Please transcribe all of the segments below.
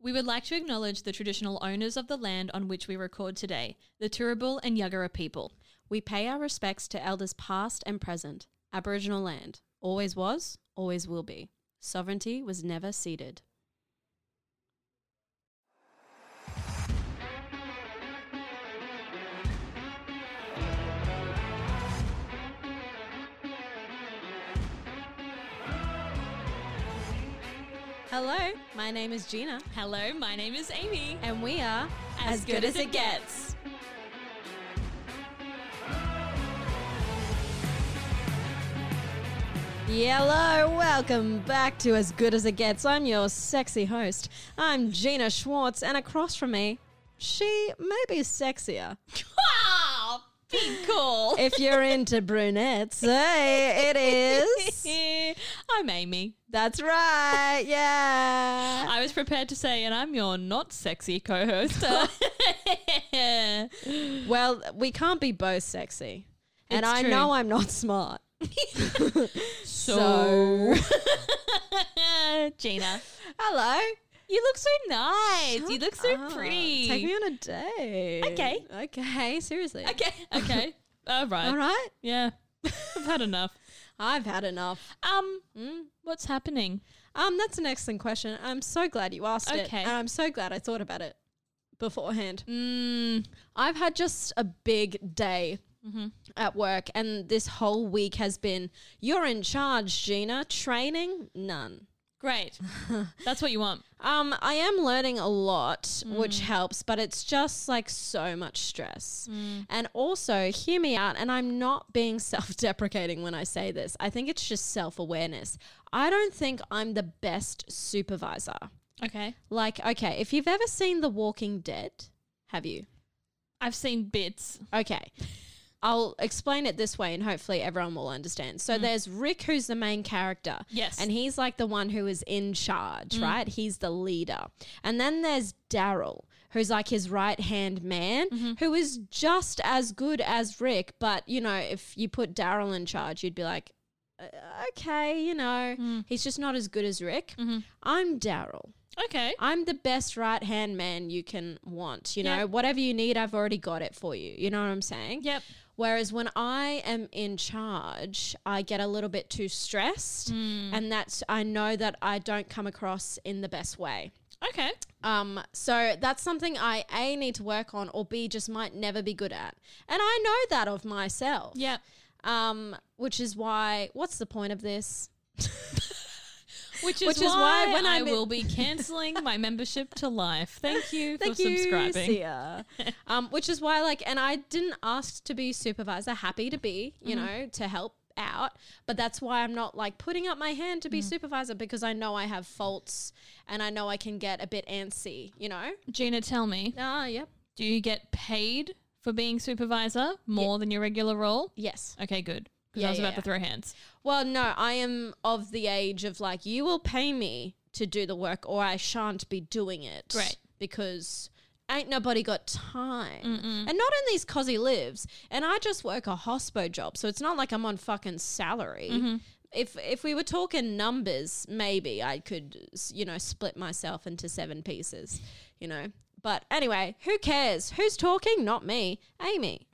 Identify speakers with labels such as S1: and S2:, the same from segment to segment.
S1: We would like to acknowledge the traditional owners of the land on which we record today, the Turrbal and Yuggera people.
S2: We pay our respects to elders past and present. Aboriginal land always was, always will be. Sovereignty was never ceded. Hello, my name is Gina,
S1: Hello, my name is Amy.
S2: and we are
S1: As Good As It Gets.
S2: Hello, welcome back to As Good As It Gets. I'm your sexy host. I'm Gina Schwartz, and across from me, she may be sexier.
S1: Wow! Be cool.
S2: If you're into brunettes, hey, it is.
S1: I'm Amy.
S2: That's right, yeah.
S1: I was prepared to say, and I'm your not sexy uh, co host.
S2: Well, we can't be both sexy. And
S1: It's
S2: I
S1: true.
S2: know I'm not smart.
S1: so, Gina,
S2: Hello.
S1: you look so nice. you look so
S2: Ah,
S1: pretty.
S2: Take me on a date.
S1: Okay.
S2: Okay, seriously.
S1: okay, okay. All right.
S2: All right.
S1: Yeah. I've had enough.
S2: I've had enough.
S1: Um, what's happening?
S2: Um, that's an excellent question. I'm so glad you asked it.
S1: Okay.
S2: And I'm so glad I thought about it beforehand.
S1: Mm.
S2: I've had just a big day
S1: Mm-hmm.
S2: at work, and this whole week has been you're in charge, Gina. Training? None.
S1: Great. That's what you want.
S2: Um, I am learning a lot, which helps, but it's just like so much stress. And also, hear me out, and I'm not being self deprecating when I say this. I think it's just self awareness. I don't think I'm the best supervisor.
S1: Okay.
S2: Like, okay, if you've ever seen The Walking Dead, have you?
S1: I've seen bits.
S2: Okay. I'll explain it this way and hopefully everyone will understand. So there's Rick, who's the main character.
S1: Yes.
S2: And he's like the one who is in charge, right? He's the leader. And then there's Daryl, who's like his right hand man, who is just as good as Rick. But, you know, if you put Daryl in charge, you'd be like, "Uh, okay, you know, he's just not as good as Rick. I'm Daryl.
S1: Okay.
S2: I'm the best right hand man you can want. You know,
S1: Yeah.
S2: whatever you need, I've already got it for you. You know what I'm saying?
S1: Yep.
S2: Whereas when I am in charge, I get a little bit too stressed, and that's I know that I don't come across in the best way.
S1: Okay.
S2: Um, so that's something I a need to work on, or b just might never be good at, and I know that of myself.
S1: Yep.
S2: Um, which is why, what's the point of this?
S1: Which is,
S2: Which is
S1: why,
S2: why when
S1: I
S2: I'm in-
S1: will be cancelling my membership to Life. Thank you
S2: Thank
S1: for
S2: you,
S1: subscribing.
S2: Sia. um, which is why, like, and I didn't ask to be supervisor. Happy to be, you know, to help out, but that's why I'm not like putting up my hand to be supervisor because I know I have faults and I know I can get a bit antsy, you know.
S1: Gina, tell me,
S2: Ah, yep,
S1: do you get paid for being supervisor more than your regular role?
S2: yes.
S1: Okay, good. Because
S2: Yeah,
S1: I was
S2: yeah,
S1: about to
S2: yeah.
S1: throw hands.
S2: Well, no, I am of the age of like, you will pay me to do the work or I shan't be doing it.
S1: Great.
S2: Because ain't nobody got time. And not in these cosy lives. And I just work a hospo job. So it's not like I'm on fucking salary. If, if we were talking numbers, maybe I could, s- you know, split myself into seven pieces, you know. But anyway, who cares? Who's talking? Not me. Amy.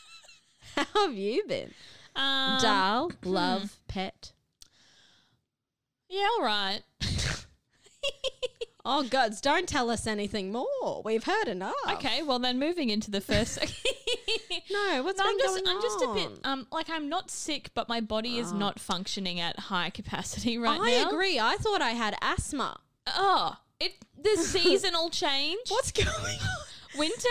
S2: How have you been?
S1: Um,
S2: Doll, love, pet.
S1: Yeah, all right.
S2: Oh, gods, don't tell us anything more. We've heard enough.
S1: Okay, well then moving into the first.
S2: No, what's
S1: No, I'm
S2: been
S1: just,
S2: going
S1: I'm just a bit,
S2: on? Ah.
S1: um, like I'm not sick, but my body is not functioning at high capacity right
S2: I
S1: now.
S2: agree. I thought I had asthma.
S1: Oh, it the seasonal change.
S2: What's going on?
S1: Winter.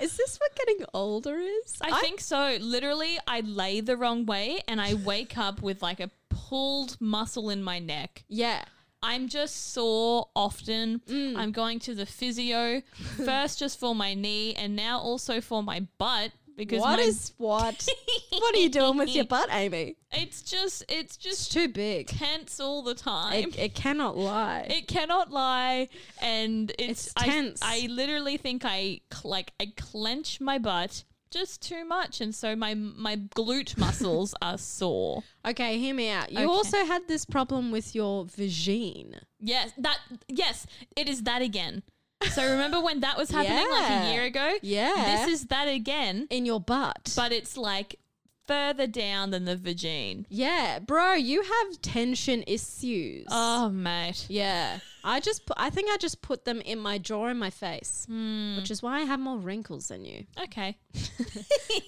S2: Is this what getting older is?
S1: I think so. Literally, I lay the wrong way and I wake up with like a pulled muscle in my neck.
S2: Yeah.
S1: I'm just sore often.
S2: Mm.
S1: I'm going to the physio first just for my knee and now also for my butt because
S2: What
S1: my-
S2: is what? what are you doing with your butt, Amy?
S1: it's just it's
S2: It's
S1: just
S2: too big.
S1: tense all the time.
S2: It,
S1: It,
S2: it cannot lie.
S1: cannot lie and it's,
S2: It's tense.
S1: I, I literally think I cl- like I clench my butt just too much and so my my glute muscles are sore.
S2: okay, hear me out. You
S1: Okay.
S2: also had this problem with your vagine.
S1: Yes, that yes, it is that again. So remember when that was happening like
S2: Yeah.
S1: a year ago?
S2: Yeah.
S1: This is that again,
S2: In your butt.
S1: but it's like further down than the vagine.
S2: yeah, bro, you have tension issues.
S1: Oh mate.
S2: Yeah. I just put, I think I just put them in my jaw and my face, which is why I have more wrinkles than you.
S1: Okay.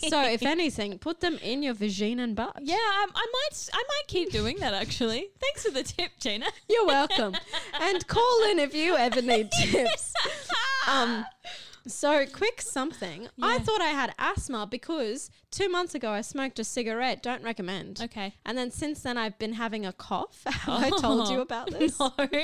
S2: So if anything, put them in your vagine and butt.
S1: Yeah, I, I might I might keep doing that actually. Thanks for the tip, Gina.
S2: You're welcome. and call in if you ever need tips. Um, so, quick something. I thought I had asthma because two months ago I smoked a cigarette. Don't recommend.
S1: Okay.
S2: And then since then I've been having a cough. Have I told you about this?
S1: Oh. No.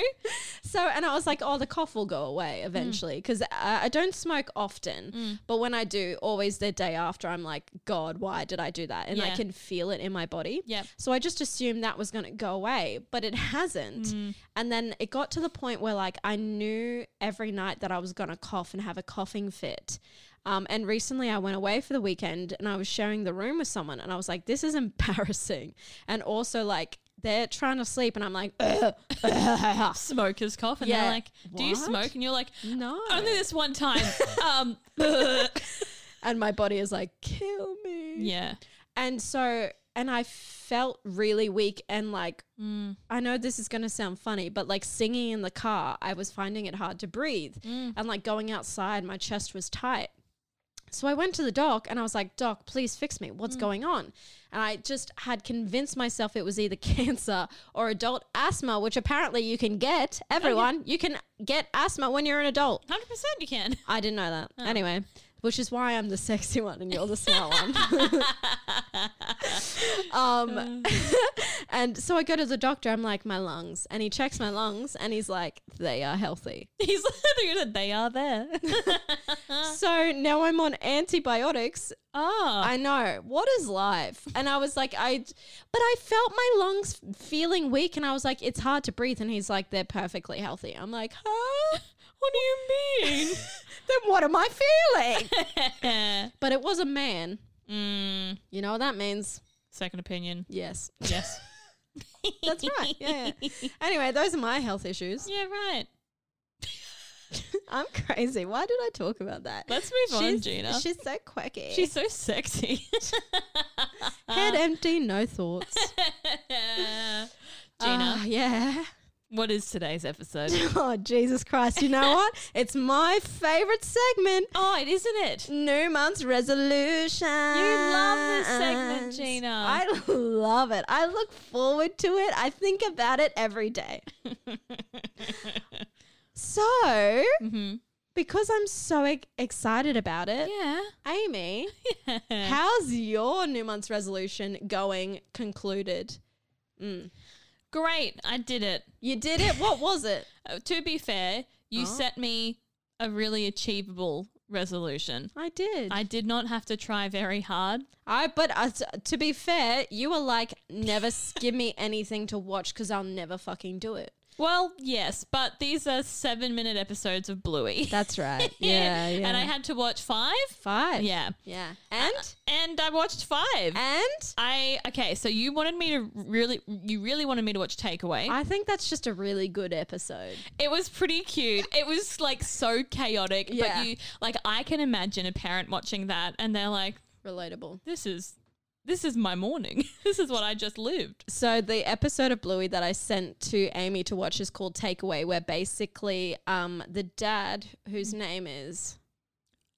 S2: So, and I was like, oh, the cough will go away
S1: Mm.
S2: eventually because I, I don't smoke often. But when I do, always the day after, I'm like, God, why did I do that? And
S1: Yeah.
S2: I can feel it in my body.
S1: Yep.
S2: So I just assumed that was going to go away, but it hasn't. And then it got to the point where like I knew every night that I was going to cough and have a coughing fit. Um, and recently I went away for the weekend and I was sharing the room with someone and I was like, this is embarrassing. And also like, they're trying to sleep and I'm like,
S1: Smokers cough and
S2: Yeah.
S1: they're like, "Do you
S2: What?
S1: smoke?" and you're like,
S2: no.
S1: "Only this one time." um
S2: and my body is like kill me
S1: yeah.
S2: and so and i felt really weak and like i know this is going to sound funny but like singing in the car i was finding it hard to breathe and like going outside my chest was tight so I went to the doc and I was like, Doc, please fix me. What's going on? And I just had convinced myself it was either cancer or adult asthma, which apparently you can get. Everyone, you can get asthma when you're an adult.
S1: 100% you can.
S2: I didn't know that. Anyway, which is why I'm the sexy one and you're the smart one. um, and so I go to the doctor. I'm like, my lungs, and he checks my lungs, and he's like, they are healthy.
S1: He's like, they are there.
S2: so now I'm on antibiotics.
S1: oh.
S2: I know what is life, and I was like, I, but I felt my lungs feeling weak, and I was like, it's hard to breathe. And he's like, they're perfectly healthy. I'm like, huh?
S1: what do you mean?
S2: Then what am I feeling? but it was a man.
S1: Uh, mm,
S2: You know what that means?
S1: second opinion.
S2: Yes.
S1: Yes.
S2: That's right. Yeah. yeah. anyway, those are my health issues.
S1: yeah, right.
S2: I'm crazy. Why did I talk about that?
S1: Let's move on,
S2: she's,
S1: Gina.
S2: She's uh, so quirky.
S1: She's so sexy.
S2: head empty, no thoughts.
S1: Gina,
S2: Ah, yeah.
S1: what is today's episode?
S2: Oh, Jesus Christ. You know what? It's my favorite segment.
S1: oh, it isn't it?
S2: New month's resolution. You
S1: love this segment, Gina.
S2: I love it. I look forward to it. I think about it every day. so,
S1: Mm-hmm.
S2: because I'm so e- excited about it,
S1: Yeah.
S2: Amy, how's your new month's resolution going? Concluded.
S1: Great. I did it.
S2: You did it. What was it?
S1: Uh, to be fair, you
S2: Oh.
S1: set me a really achievable resolution.
S2: I did.
S1: I
S2: I,
S1: did not have to try very hard.
S2: but uh, t- to be fair, you were like, never s- give me anything to watch because I'll never fucking do it.
S1: Well, yes, but these are seven minute episodes of Bluey.
S2: That's right. Yeah, yeah.
S1: And I had to watch five.
S2: five.
S1: Yeah.
S2: yeah. Uh, And
S1: And I watched five.
S2: and
S1: I okay, so you wanted me to really you really wanted me to watch Takeaway.
S2: I think that's just a really good episode.
S1: it was pretty cute. It was like so chaotic,
S2: Yeah.
S1: but you like I can imagine a parent watching that and they're like
S2: Relatable.
S1: this is this is my morning. this is what I just lived.
S2: So the episode of Bluey that I sent to Amy to watch is called Takeaway, where basically um the dad whose name is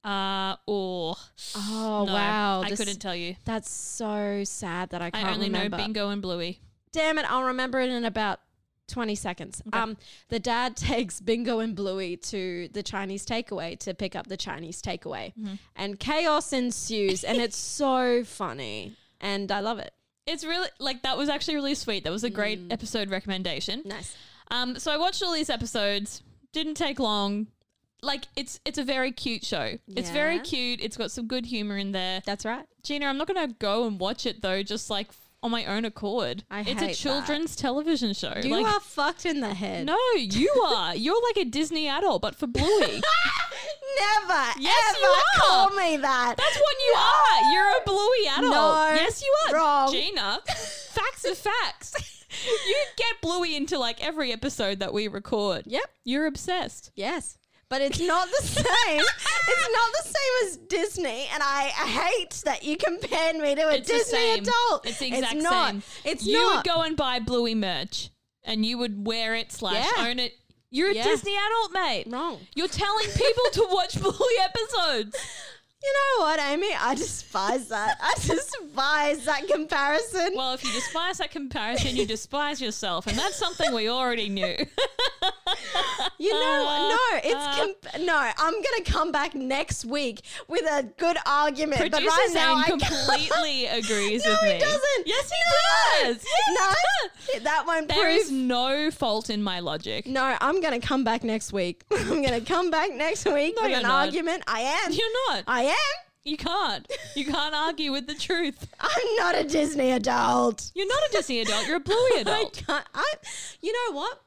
S1: Uh or
S2: Oh
S1: no,
S2: wow.
S1: I
S2: this-
S1: couldn't tell you.
S2: That's so sad that I can't
S1: I only
S2: remember.
S1: know Bingo and Bluey.
S2: Damn it, I'll remember it in about 20 seconds. Um, the dad takes Bingo and Bluey to the Chinese takeaway to pick up the Chinese takeaway. And chaos ensues. and it's so funny. And I love it.
S1: It's really like that was actually really sweet. That was a great episode recommendation.
S2: Mm. Nice.
S1: Um, so I watched all these episodes. Didn't take long. Like it's it's a very cute show. It's very
S2: Yeah.
S1: cute. It's got some good humor in there.
S2: That's right.
S1: Gina, I'm not gonna go and watch it though. Just like on my own accord.
S2: I
S1: it's
S2: hate
S1: a
S2: that.
S1: children's television show.
S2: You
S1: like,
S2: are fucked in the head.
S1: no, you are. You're like a Disney adult, but for Bluey.
S2: Never,
S1: Yes, you
S2: ever
S1: are.
S2: call me that.
S1: That's what you are. You're a bluey adult.
S2: No,
S1: yes, you are.
S2: wrong.
S1: Gina, facts are facts. you get bluey into like every episode that we record.
S2: Yep.
S1: You're obsessed.
S2: Yes. But it's not the same. it's not the same as Disney, and I hate that you compared me to a
S1: It's the
S2: Disney
S1: same.
S2: adult.
S1: It's the exact
S2: not.
S1: same.
S2: It's
S1: you
S2: not.
S1: would go and buy bluey merch and you would wear it slash
S2: Yeah.
S1: own it. You're a
S2: Yeah.
S1: Disney adult, mate.
S2: Wrong.
S1: You're telling people to watch bluey episodes.
S2: you know what, Amy? I despise that. I despise that comparison.
S1: Well, if you despise that comparison, you despise yourself. And that's something we already knew.
S2: you
S1: uh,
S2: know, no, it's comp- no. I'm gonna come back next week with a good argument, but
S1: Producer
S2: right now
S1: Zane
S2: I can't.
S1: completely agrees
S2: No,
S1: with me.
S2: he doesn't.
S1: Yes, he
S2: No.
S1: does. Yes.
S2: No, that won't
S1: There
S2: prove
S1: is no fault in my logic.
S2: No, I'm going to come back next week. I'm going to come back next week with
S1: you're
S2: an
S1: not.
S2: argument. I am.
S1: You're not.
S2: I am.
S1: You can't. You can't argue with the truth.
S2: I'm not a Disney adult.
S1: You're not a Disney adult. You're a Bluey adult.
S2: I can't. I, you know what?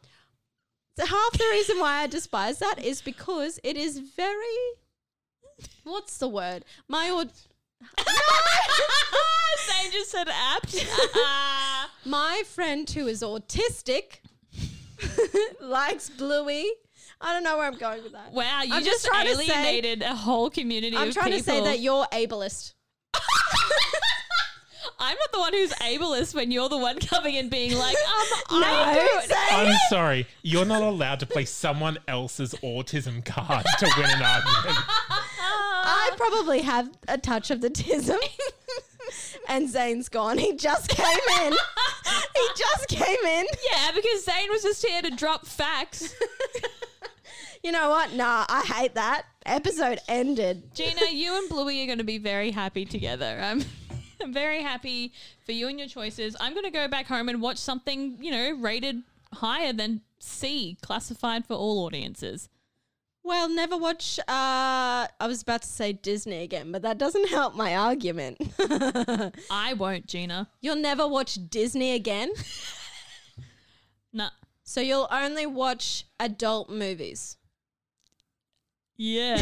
S2: So half the reason why I despise that is because it is very. What's the word? My aud-
S1: Zane just said apt.
S2: my friend who is autistic likes Bluey. I don't know where I'm going with that.
S1: wow, you
S2: I'm
S1: just,
S2: just trying to say-
S1: alienated a whole community
S2: I'm
S1: of
S2: trying to say
S1: people.
S2: that you're ableist.
S1: I'm not the one who's ableist when you're the one coming and being like, um, I
S2: No,
S1: do it.
S2: say-
S3: I'm sorry, you're not allowed to play someone else's autism card to win an argument.
S2: I probably have a touch of the tism. and Zane's gone. He just came in. he just came in.
S1: Yeah, because Zane was just here to drop facts.
S2: You know what? Nah, I hate that. Episode ended.
S1: Gina, you and Bluey are going to be very happy together. I'm, I'm very happy for you and your choices. I'm going to go back home and watch something, you know, rated higher than C, classified for all audiences.
S2: Well, never watch. Uh, I was about to say Disney again, but that doesn't help my argument.
S1: I won't, Gina.
S2: you'll never watch Disney again.
S1: Nah.
S2: So you'll only watch adult movies.
S1: Yeah.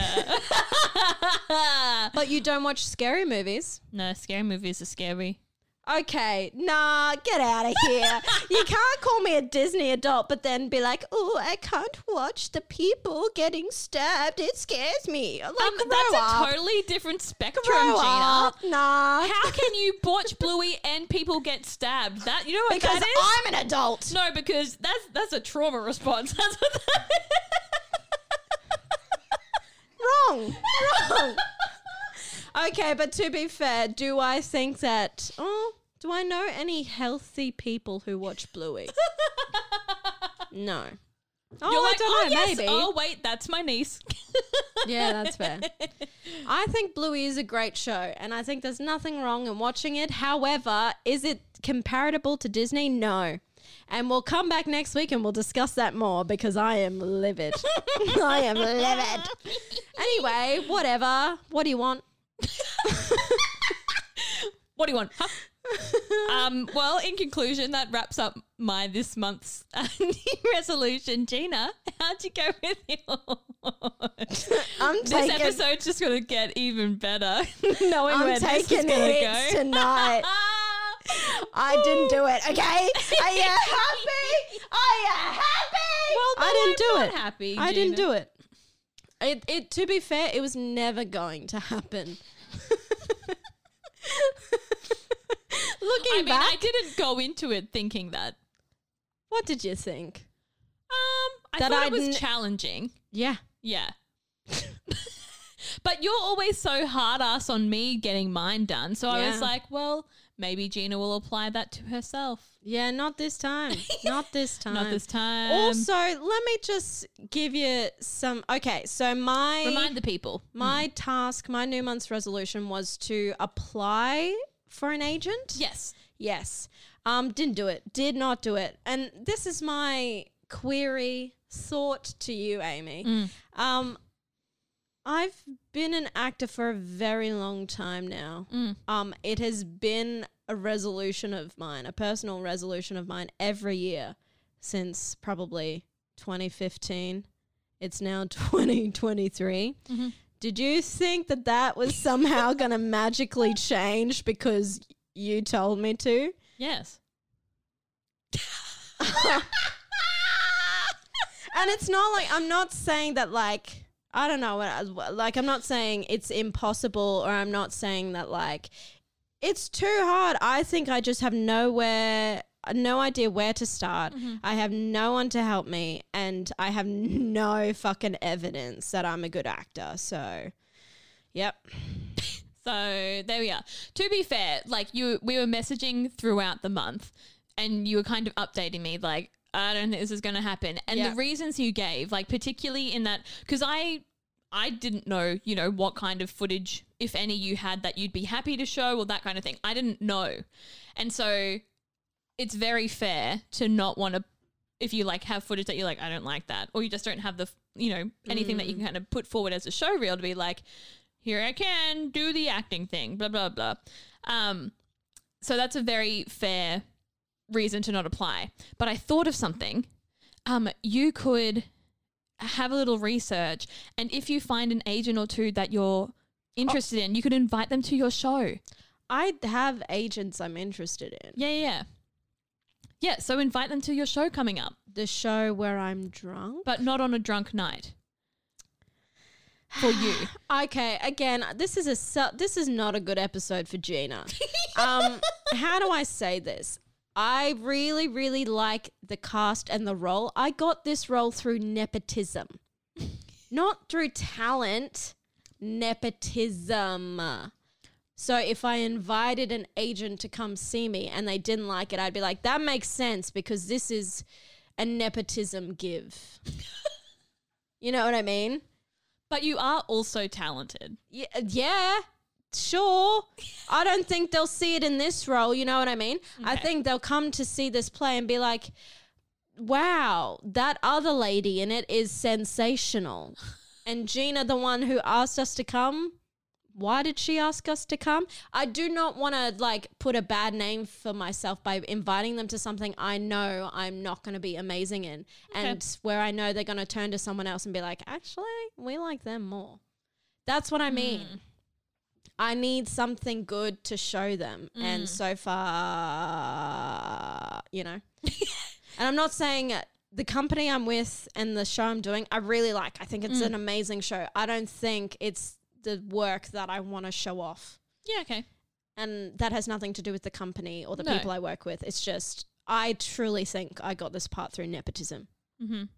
S2: Uh, But you don't watch scary movies.
S1: no, scary movies are scary.
S2: Okay, nah, get out of here. you can't call me a Disney adult, but then be like, oh, I can't watch the people getting stabbed. It scares me. Like,
S1: Um,
S2: grow
S1: that's
S2: up.
S1: a totally different spectrum,
S2: grow
S1: Gina.
S2: up. Nah.
S1: How can you botch Bluey and people get stabbed? That you know what
S2: because
S1: that is?
S2: I'm an adult.
S1: No, because that's that's a trauma response. That's what that
S2: Wrong. Wrong. okay, but to be fair, do I think that, oh, do I know any healthy people who watch Bluey? no. Oh,
S1: You're
S2: I
S1: like,
S2: don't
S1: oh,
S2: know,
S1: yes.
S2: maybe.
S1: Oh, wait, that's my niece.
S2: Yeah, that's fair. I think Bluey is a great show, and I think there's nothing wrong in watching it. However, is it comparable to Disney? No. And we'll come back next week and we'll discuss that more because I am livid. I am livid. Anyway, whatever. What do you want?
S1: What do you want? Huh? um, well, in conclusion, that wraps up my this month's uh, new resolution. Gina, how'd you go with yours?
S2: I'm
S1: this
S2: taking,
S1: episode's just going to get even better knowing
S2: I'm
S1: where this is
S2: taking
S1: going to
S2: hits
S1: go.
S2: tonight.
S1: Ah.
S2: I didn't do it, okay? Are you happy? Are you happy?
S1: Well, no,
S2: I didn't
S1: I'm
S2: do
S1: not
S2: it.
S1: happy,
S2: I didn't
S1: Gina.
S2: do it. It, it. To be fair, it was never going to happen. Looking
S1: I mean,
S2: back,
S1: I didn't go into it thinking that.
S2: what did you think?
S1: Um, I
S2: That
S1: thought
S2: I
S1: it was
S2: didn't-
S1: challenging.
S2: Yeah.
S1: Yeah. but you're always so hard ass on me getting mine done. So I was
S2: Yeah.
S1: like, well, Maybe Gina will apply that to herself.
S2: Yeah, not this time. Not this time.
S1: Not this time.
S2: Also, let me just give you some. Okay, so my
S1: remind the people.
S2: my task, my new month's resolution was to apply for an agent.
S1: Yes.
S2: Yes. Um, didn't do it. Did not do it. And this is my query thought to you, Amy. Um, I've been an actor for a very long time now. Um, it has been a resolution of mine, a personal resolution of mine every year since probably 2015. It's now 2023. Did you think that that was somehow going to magically change because you told me to?
S1: Yes.
S2: And it's not like I'm not saying that like I don't know what I, like I'm not saying it's impossible or I'm not saying that like it's too hard. I think I just have nowhere no idea where to start. I have no one to help me and I have no fucking evidence that I'm a good actor. So yep.
S1: So there we are. To be fair, like you, we were messaging throughout the month, and you were kind of updating me, like I don't think this is going to happen, and
S2: Yeah.
S1: the reasons you gave, like particularly in that, because I. I didn't know, you know, what kind of footage, if any, you had that you'd be happy to show or that kind of thing. I didn't know. And so it's very fair to not want to if you like have footage that you're like i don't like that or you just don't have the f- you know anything that you can kind of put forward as a show reel to be like here i can do the acting thing blah blah blah um so that's a very fair reason to not apply but i thought of something um you could have a little research and if you find an agent or two that you're interested in you could invite them to your show
S2: I have agents I'm interested in.
S1: yeah yeah yeah yeah so invite them to your show coming up
S2: The show where I'm drunk.
S1: but not on a drunk night for you.
S2: Okay, again, this is a su- this is not a good episode for Gina. um, how do I say this? I really, really like the cast and the role. I got this role through nepotism, not through talent. Nepotism. So if I invited an agent to come see me and they didn't like it, I'd be like, that makes sense because this is a nepotism give. you know what I mean?
S1: But you are also talented.
S2: yeah, yeah sure i don't think they'll see it in this role you know what i mean i think they'll come to see this play and be like wow that other lady in it is sensational and gina the one who asked us to come why did she ask us to come i do not want to like put a bad name for myself by inviting them to something i know i'm not going to be amazing in and where i know they're going to turn to someone else and be like actually we like them more that's what I mean. I need something good to show them.
S1: Mm.
S2: And so far, you know. and I'm not saying uh, the company I'm with and the show I'm doing, I really like. I think
S1: Mm.
S2: it's an amazing show. I don't think it's the work that I want to show off.
S1: Yeah, okay.
S2: And that has nothing to do with the company or the
S1: No.
S2: people I work with. It's just, I truly think I got this part through nepotism.
S1: Mm-hmm.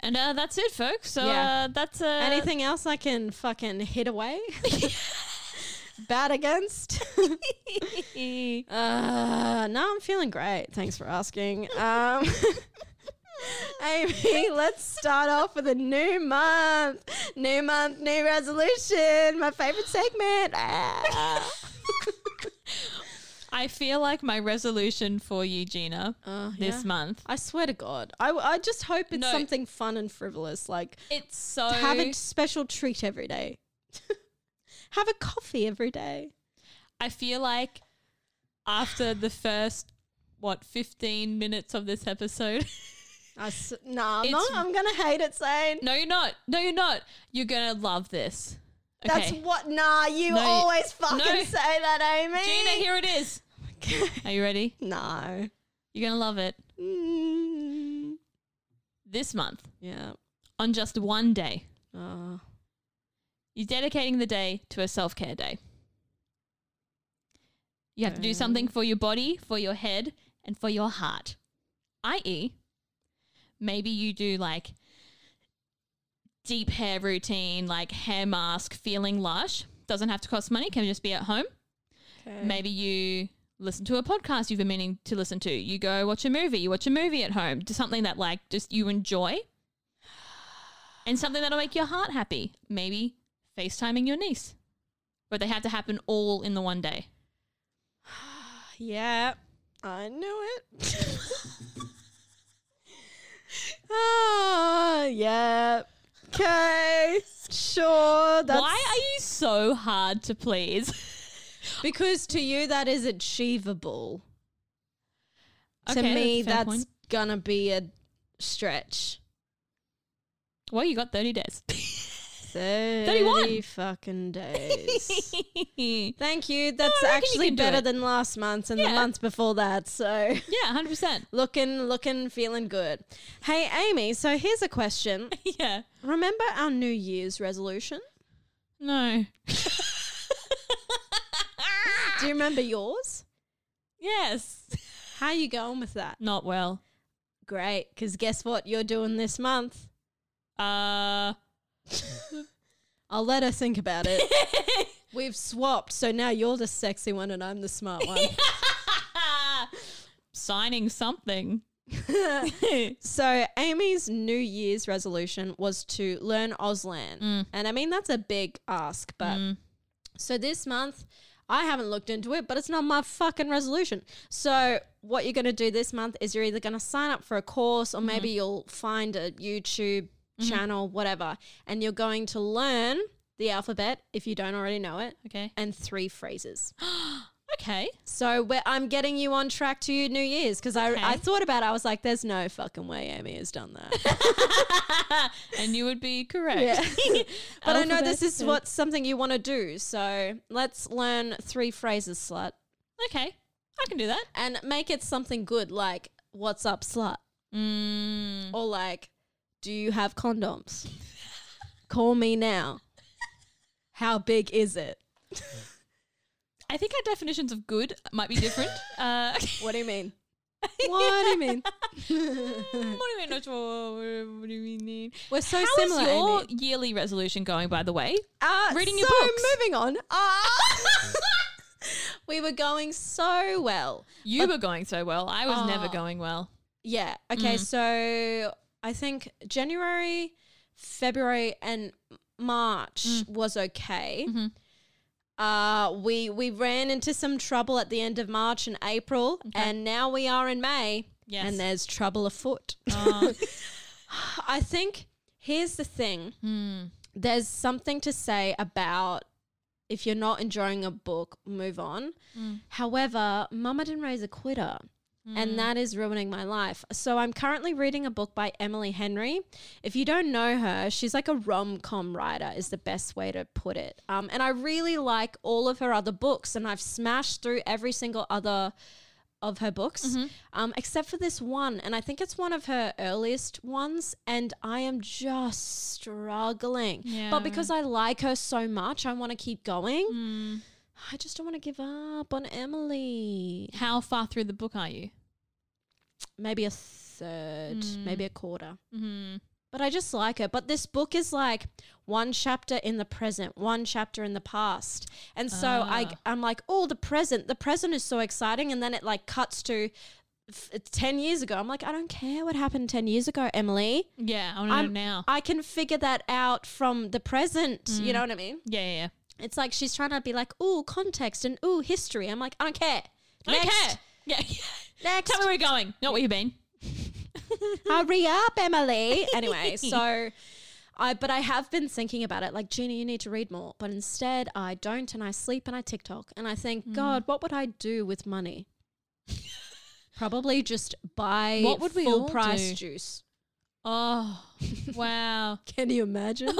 S1: and uh, that's it, folks. So
S2: Yeah.
S1: uh, that's uh,
S2: Anything else I can fucking hit away? Bat against?
S1: anything.
S2: Uh, no, I'm feeling great. Thanks for asking. Um, Amy, let's start off with a new month. New month, new resolution. My favorite segment. Ah.
S1: I feel like my resolution for you, Gina,
S2: Uh,
S1: this
S2: yeah.
S1: month.
S2: I swear to God. I, I just hope it's
S1: No.
S2: something fun and frivolous. Like,
S1: It's so
S2: have a special treat every day, have a coffee every day.
S1: I feel like after the first what 15 minutes of this episode
S2: I s- nah, I'm,
S1: It's-
S2: not, I'm gonna hate it, Zane.
S1: no you're not no you're not you're gonna love this
S2: That's what. Nah, you
S1: No, you-
S2: always fucking
S1: no.
S2: say that, Amy.
S1: Gina, here it is. Are you ready?
S2: No.
S1: You're going to love it.
S2: Mm.
S1: This month,
S2: Yeah.
S1: on just one day,
S2: Uh,
S1: Ah. you're dedicating the day to a self care day. You have to do something for your body, for your head, and for your heart. I.e., maybe you do like deep hair routine, like hair mask, feeling lush. Doesn't have to cost money, can just be at home. Maybe you listen to a podcast you've been meaning to listen to. You go watch a movie, you watch a movie at home, do something that like just you enjoy and something that'll make your heart happy. Maybe FaceTiming your niece. But they have to happen all in the one day.
S2: Yeah, I knew it. Ah, yeah. Okay, sure. That's
S1: Why are you so hard to please?
S2: Because to you, that is achievable. to
S1: Okay,
S2: me,
S1: fair
S2: that's
S1: point.
S2: gonna be a stretch.
S1: Well, you got 30 days.
S2: 31 fucking days.
S1: yeah,
S2: Thank you. That's
S1: I reckon you
S2: actually
S1: can do
S2: better
S1: it.
S2: than last month and the
S1: Yeah.
S2: month before that. So
S1: 100%.
S2: looking, looking, feeling good. Hey, Amy. So here's a question.
S1: Yeah.
S2: Remember our New Year's resolution?
S1: No.
S2: Do you remember yours?
S1: Yes.
S2: How you going with that?
S1: Not well.
S2: Great, because guess what you're doing this month?
S1: Uh,
S2: I'll let her think about it. We've swapped, so now you're the sexy one and I'm the smart one.
S1: signing something. Mm,
S2: So Amy's New Year's resolution was to learn Auslan. And I mean that's a big ask, but so this month I haven't looked into it, but it's not my fucking resolution. So what you're gonna do this month is you're either gonna sign up for a course or
S1: Mm-hmm.
S2: maybe you'll find a YouTube channel, whatever, and you're going to learn the alphabet, if you don't already know it,
S1: Okay.
S2: and three phrases.
S1: Okay.
S2: So we're, I'm getting you on track to your New Year's because
S1: Okay.
S2: I, I thought about it. I was like, there's no fucking way Amy has done that.
S1: And you would be correct.
S2: but I know this
S1: Alphabet
S2: is
S1: soup.
S2: what something you want to do. So let's learn three phrases, slut,
S1: Okay. I can do that.
S2: and make it something good like, what's up, slut?
S1: Mm.
S2: Or like, do you have condoms? Call me now. How big is it?
S1: I think our definitions of good might be different. uh,
S2: What do you mean? what do you mean?
S1: what do you mean? Not sure. What do you mean?
S2: We're so
S1: How is
S2: similar.
S1: your
S2: Amy.
S1: yearly resolution going, by the way?
S2: Uh,
S1: Reading
S2: so
S1: your books.
S2: moving on. Uh, we were going so well.
S1: You were going so well. I was never
S2: Oh.
S1: going well.
S2: Yeah. Okay. So I think January, February, and March was okay. Uh, we we ran into some trouble at the end of March and April, and now we are in May.
S1: Yes. Oh.
S2: And there's trouble afoot. I think here's the thing. There's something to say about if you're not enjoying a book, move on. However, Mama didn't raise a quitter. And that is ruining my life. So I'm currently reading a book by Emily Henry. If you don't know her, she's like a rom com writer, is the best way to put it. Um, and I really like all of her other books, and I've smashed through every single other of her books, um, except for this one. And I think it's one of her earliest ones. And I am just struggling. But
S1: Yeah.
S2: because I like her so much, I want to keep going. I just don't want to give up on Emily.
S1: How far through the book are you?
S2: Maybe a third, maybe a
S1: Mm.
S2: quarter.
S1: Mm-hmm.
S2: But I just like her. But this book is like one chapter in the present, one chapter in the past. And so I,
S1: Ah.
S2: I'm like, oh, the present. The present is so exciting. And then it like cuts to f- it's 10 years ago. I'm like, I don't care what happened 10 years ago, Emily.
S1: Yeah, I want to know
S2: I'm,
S1: now. Mm.
S2: I can figure that out from the present. You know what I mean?
S1: yeah, yeah, yeah.
S2: It's like she's trying to be like, ooh, context and ooh, history. I'm like, I don't care.
S1: I don't
S2: Next.
S1: care. Yeah.
S2: Next.
S1: Tell me where you're going, not where you've been.
S2: Hurry up, Emily. Anyway, so I but I have been thinking about it. Like, Gina, you need to read more. But instead I don't and I sleep and I TikTok. And I think,
S1: Hmm.
S2: God, what would I do with money? Probably just buy
S1: What would we
S2: full
S1: all
S2: price
S1: do?
S2: juice.
S1: Oh, wow.
S2: Can you imagine?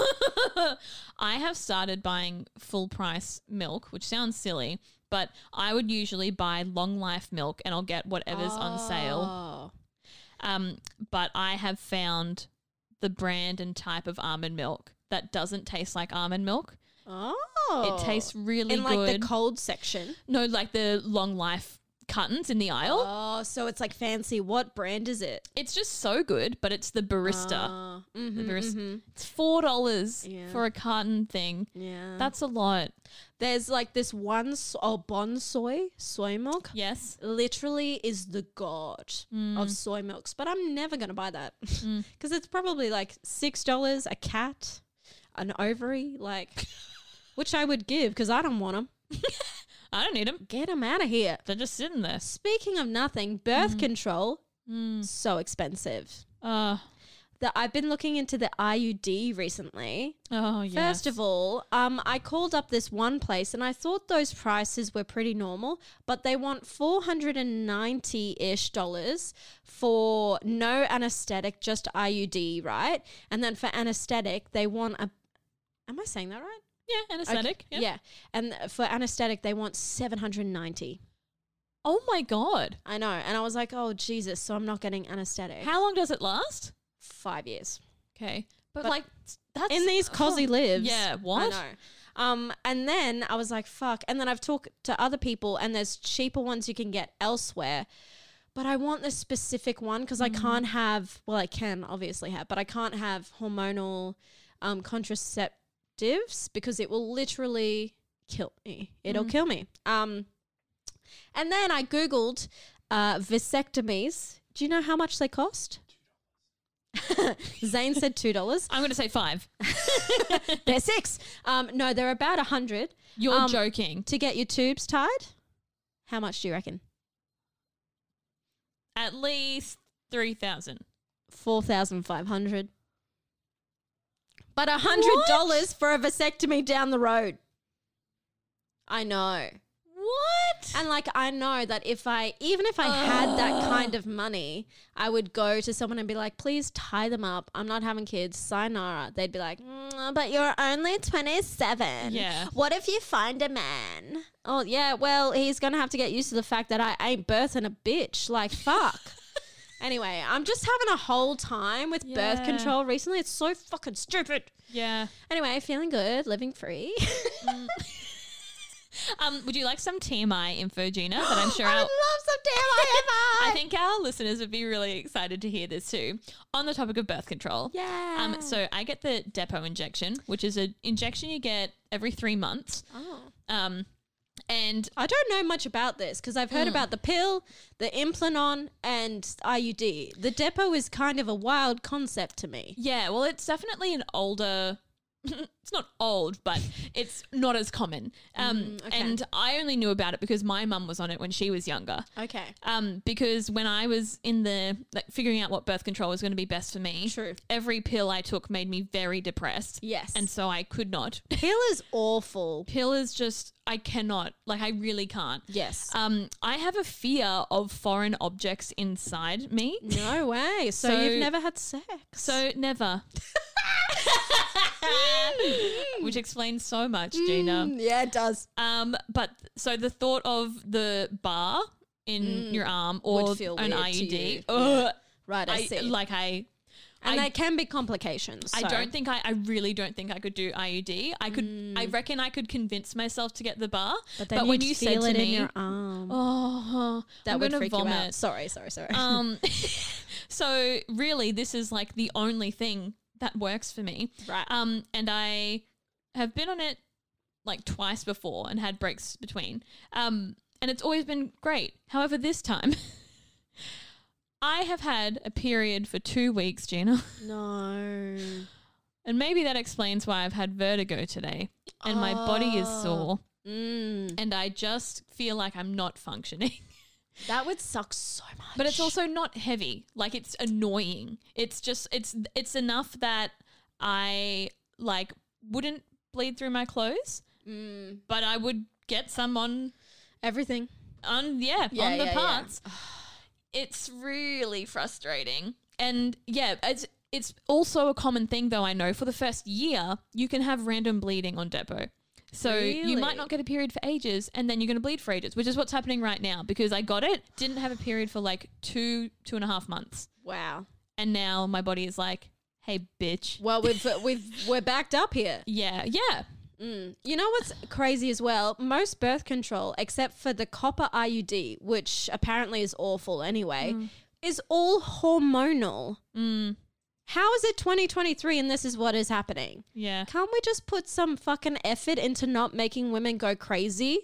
S1: I have started buying full price milk, which sounds silly, but I would usually buy long life milk and I'll get whatever's on sale.
S2: Oh.
S1: Um, but I have found the brand and type of almond milk that doesn't taste like almond milk.
S2: Oh.
S1: It tastes really
S2: In like
S1: good.
S2: the cold section.
S1: no, like the long life cartons in the aisle.
S2: Oh, so it's like fancy. What brand is it?
S1: It's just so good, but it's the barista.
S2: Ah,
S1: the
S2: mhm,
S1: barista.
S2: mhm.
S1: It's four dollars
S2: Yeah.
S1: for a carton thing.
S2: Yeah.
S1: That's a lot.
S2: There's like this one, s- oh, Bon Soy, soy milk.
S1: Yes.
S2: Literally is the god of soy milks, but I'm never going to buy that because it's probably like $6 a cat, an ovary, like, which I would give because I don't want them.
S1: I don't need them.
S2: Get them out of here.
S1: They're just sitting there.
S2: Speaking of nothing, birth control, so expensive.
S1: Uh,
S2: The, I've been looking into the IUD recently.
S1: oh, yeah.
S2: First of all, um, I called up this one place and I thought those prices were pretty normal, but they want 490 ish dollars for no anesthetic, just IUD, right? And then for anesthetic, they want a. Am I saying that right?
S1: yeah, anesthetic.
S2: Okay, Yeah. And for anesthetic, they want 790.
S1: Oh, my God.
S2: I know. And I was like, oh, Jesus. So I'm not getting anesthetic.
S1: How long does it last?
S2: Five years.
S1: Okay. But,
S2: But
S1: like, that's.
S2: in these cozy
S1: oh,
S2: lives.
S1: Yeah, what?
S2: I know. Um, and then I was like, fuck. And then I've talked to other people, and there's cheaper ones you can get elsewhere. But I want this specific one because
S1: Mm.
S2: I can't have, well, I can obviously have, but I can't have hormonal um, contraceptives because it will literally kill me. It'll
S1: Mm.
S2: kill me. Um, and then I Googled uh, vasectomies. Do you know how much they cost? Zane said $2.
S1: I'm going to say five.
S2: They're six. Um, no, they're about a hundred
S1: You're
S2: Um,
S1: joking.
S2: to get your tubes tied. How much do you reckon?
S1: At least 3,000.
S2: Four thousand five hundred. But a hundred dollars for a vasectomy down the road. I know.
S1: What?
S2: And like I know that if I even if I had
S1: Oh.
S2: that kind of money, I would go to someone and be like, please tie them up. I'm not having kids. Sayonara. They'd be like, "Mm, but you're only 27.
S1: Yeah.
S2: What if you find a man? Oh yeah, well, he's gonna have to get used to the fact that I ain't birthing a bitch. Like fuck. anyway, I'm just having a whole time with
S1: Yeah.
S2: birth control recently. It's so fucking stupid.
S1: yeah.
S2: Anyway, feeling good, living free.
S1: Um, would you like some TMI info, Gina, that I'm sure
S2: I would
S1: our-
S2: love some damn I
S1: I think our listeners would be really excited to hear this too. On the topic of birth control.
S2: Yeah.
S1: Um, so I get the depot injection, which is an injection you get every three months.
S2: Oh.
S1: Um, and
S2: I don't know much about this because I've heard about the pill, the Implanon, and IUD. The depot is kind of a wild concept to me.
S1: yeah, well, it's definitely an older. it's not old, but it's not as common. Um,
S2: Mm, okay.
S1: And I only knew about it because my mum was on it when she was younger.
S2: Okay.
S1: Um, because when I was in the like figuring out what birth control was going to be best for me,
S2: True.
S1: every pill I took made me very depressed.
S2: Yes.
S1: and so I could not.
S2: pill is awful.
S1: Pill is just I cannot. Like I really can't.
S2: Yes.
S1: Um, I have a fear of foreign objects inside me.
S2: no way. So,
S1: So-
S2: you've never had sex.
S1: So never. Which explains so much,
S2: Mm.
S1: Gina.
S2: yeah, it does.
S1: Um, but so the thought of the bar in your arm or
S2: Mm. Would feel
S1: an
S2: weird to
S1: IUD,
S2: you.
S1: ugh,
S2: Right, I,
S1: I,
S2: see.
S1: like I
S2: and
S1: I-
S2: there can be complications.
S1: I
S2: so-
S1: don't think I, I really don't think I could do IUD. I could I reckon I could convince myself to get the bar.
S2: Mm. But, then
S1: when
S2: you'd
S1: you
S2: feel
S1: said
S2: it
S1: to me,
S2: in your arm,
S1: oh,
S2: that
S1: I'm
S2: would
S1: gonna
S2: freak
S1: vomit.
S2: you out. Sorry, sorry, sorry.
S1: Um, so really, this is like the only thing that works for me.
S2: Right.
S1: Um, and I have been on it like twice before and had breaks between. Um, and it's always been great. However, this time. I have had a period for two weeks, Gina,
S2: no.
S1: and maybe that explains why I've had vertigo today and my body is
S2: Oh.
S1: sore
S2: Mm,
S1: and I just feel like I'm not functioning.
S2: that would suck so much.
S1: But it's also not heavy. Like it's annoying. It's just it's it's enough that I like wouldn't bleed through my clothes, but I would get some on
S2: everything.
S1: on yeah,
S2: Yeah,
S1: on the
S2: yeah, yeah.
S1: parts. It's really frustrating. And yeah, it's it's also a common thing though I know for the first year you can have random bleeding on depot. So you
S2: Really?
S1: might not get a period for ages and then you're going to bleed for ages, which is what's happening right now because I got it, didn't have a period for like 2 two and a half months.
S2: Wow.
S1: And now my body is like, "Hey bitch."
S2: Well, we've we've we're uh, backed up here.
S1: Yeah, yeah.
S2: You know what's crazy as well? Most birth control, except for the copper IUD, which apparently is awful anyway, is all hormonal. How is it 2023 and this is what is happening?
S1: Yeah.
S2: Can't we just put some fucking effort into not making women go crazy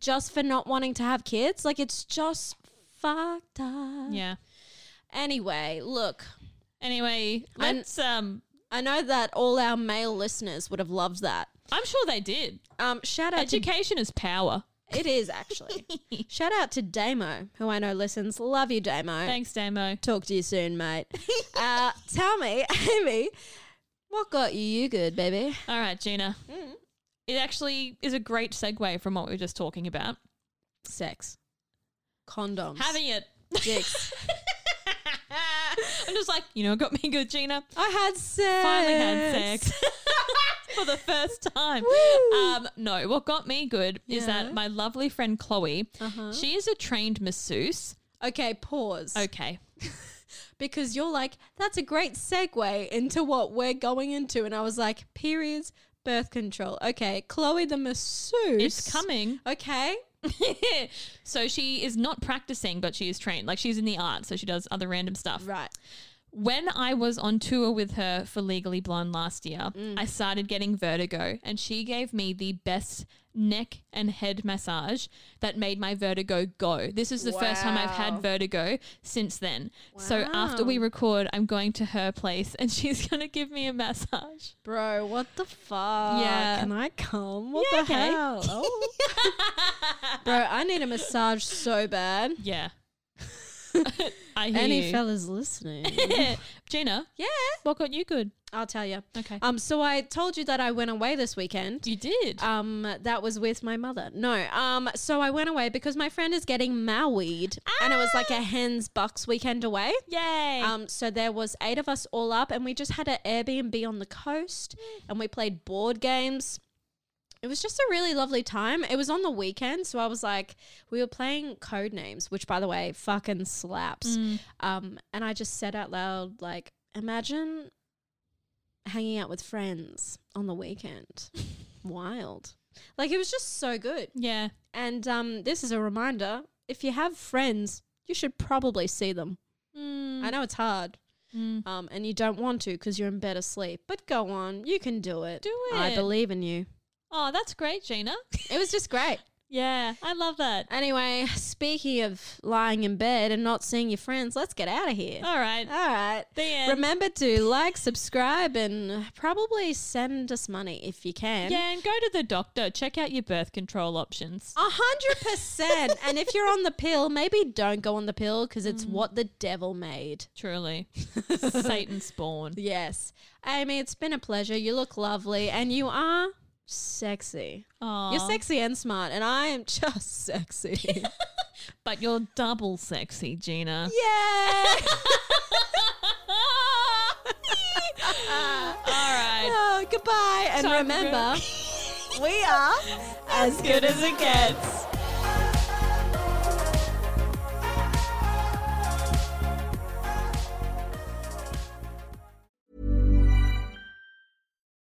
S2: just for not wanting to have kids? Like, it's just fucked up.
S1: Yeah.
S2: Anyway, look,
S1: Anyway,
S2: I'm-
S1: let's um
S2: I know that all our male listeners would have loved that.
S1: I'm sure they did.
S2: Um, shout out to
S1: Education is power.
S2: It is actually. Shout out to Damo, who I know listens. Love you, Damo.
S1: Thanks, Damo.
S2: Talk to you soon, mate. uh, tell me, Amy, what got you you good, baby?
S1: All right, Gina. It actually is a great segue from what we were just talking about.
S2: Sex, condoms,
S1: Having it.
S2: dicks.
S1: I'm just like, you know, it got me good, Gina.
S2: I had sex.
S1: Finally had sex for the first time. Um, no, what got me good is
S2: Yeah.
S1: that my lovely friend Chloe, she is a trained masseuse.
S2: Okay, pause.
S1: Okay.
S2: Because you're like, that's a great segue into what we're going into, and I was like, periods, birth control. Okay, Chloe the masseuse.
S1: It's coming.
S2: Okay.
S1: so she is not practicing, but she is trained. Like she's in the arts, so she does other random stuff.
S2: Right.
S1: When I was on tour with her for Legally Blonde last year, I started getting vertigo, and she gave me the best neck and head massage that made my vertigo go. This is the first time I've had vertigo since then. So after we record, I'm going to her place, and she's going to give me a massage.
S2: Bro, what the fuck?
S1: Yeah.
S2: Can I come? What the
S1: Yeah, okay.
S2: hell? Oh. Bro, I need a massage so bad.
S1: Yeah. I hear
S2: Any
S1: you.
S2: fellas listening?
S1: Gina,
S2: yeah.
S1: what got you good?
S2: I'll tell you.
S1: Okay.
S2: Um, so I told you that I went away this weekend.
S1: You did.
S2: Um, that was with my mother. No, um, so I went away because my friend is getting Mauied, and it was like
S1: Ah!
S2: a hens bucks weekend away.
S1: Yay.
S2: Um, so there was eight of us all up, and we just had an Airbnb on the coast, and we played board games. It was just a really lovely time. It was on the weekend, so I was like, we were playing code names, which by the way, fucking slaps. Um, and I just said out loud, like, imagine hanging out with friends on the weekend. Wild. Like it was just so good.
S1: yeah.
S2: And um, this is a reminder: if you have friends, you should probably see them.
S1: Mm.
S2: I know it's hard, um, and you don't want to because you're in bed asleep. But go on, you can do it.
S1: Do
S2: I
S1: it.
S2: believe in you.
S1: Oh, that's great, Gina.
S2: It was just great.
S1: yeah, I love that.
S2: Anyway, speaking of lying in bed and not seeing your friends, let's get out of here.
S1: All right.
S2: All right.
S1: Oh, The end.
S2: Remember to like, subscribe, and probably send us money if you can.
S1: Yeah, and go to the doctor. Check out your birth control options.
S2: A hundred percent. And if you're on the pill, maybe don't go on the pill because it's what the devil made.
S1: Truly. Satan's born.
S2: Yes. Amy, it's been a pleasure. You look lovely and you are sexy.
S1: Aw.
S2: You're sexy and smart, and I am just sexy.
S1: But you're double sexy, Gina.
S2: Yay!
S1: All right.
S2: Oh, goodbye. And
S1: Time to go.
S2: remember, we are as good as it gets.